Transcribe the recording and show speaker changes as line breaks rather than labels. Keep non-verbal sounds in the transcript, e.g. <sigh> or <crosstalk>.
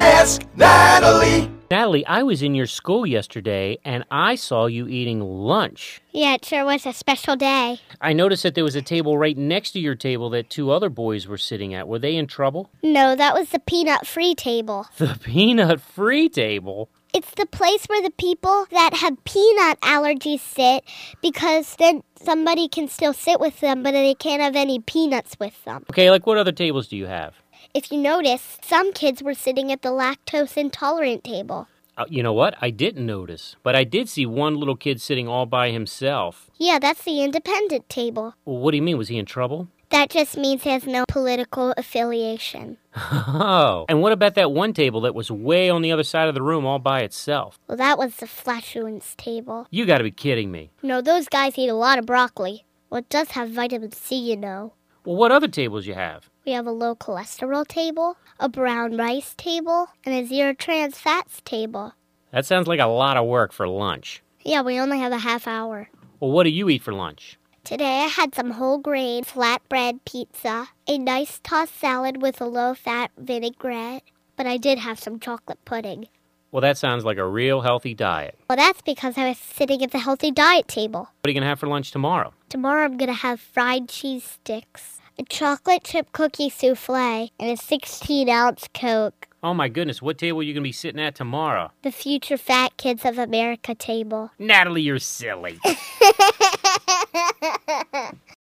Ask Natalie.
Natalie, I was in your school yesterday and I saw you eating lunch.
Yeah, it sure was a special day.
I noticed that there was a table right next to your table that two other boys were sitting at. Were they in trouble? <laughs>
No, that was the peanut free table.
The peanut free table?
It's the place where the people that have peanut allergies sit because then somebody can still sit with them, but they can't have any peanuts with them.
Okay, like what other tables do you have?
If you notice, some kids were sitting at the lactose intolerant table.
Uh, you know what? I didn't notice, but I did see one little kid sitting all by himself.
Yeah, that's the independent table.
Well, what do you mean? Was he in trouble? <laughs>
That just means he has no political affiliation.
Oh. And what about that one table that was way on the other side of the room all by itself?
Well, that was the flatulence table.
You gotta be kidding me.
No, those guys eat a lot of broccoli. Well, it does have vitamin C, you know.
Well, what other tables you have?
We have a low cholesterol table, a brown rice table, and a zero trans fats table.
That sounds like a lot of work for lunch.
Yeah, we only have a half hour.
Well, what do you eat for lunch?
Today I had some whole grain flatbread pizza, a nice tossed salad with a low fat vinaigrette, but I did have some chocolate pudding.
Well, that sounds like a real healthy diet.
Well, that's because I was sitting at the healthy diet table.
What are you gonna have for lunch tomorrow?
Tomorrow I'm going to have fried cheese sticks, a chocolate chip cookie souffle, and a 16 ounce Coke.
Oh my goodness, what table are you gonna be sitting at tomorrow?
The Future Fat Kids of America table.
Natalie, you're silly.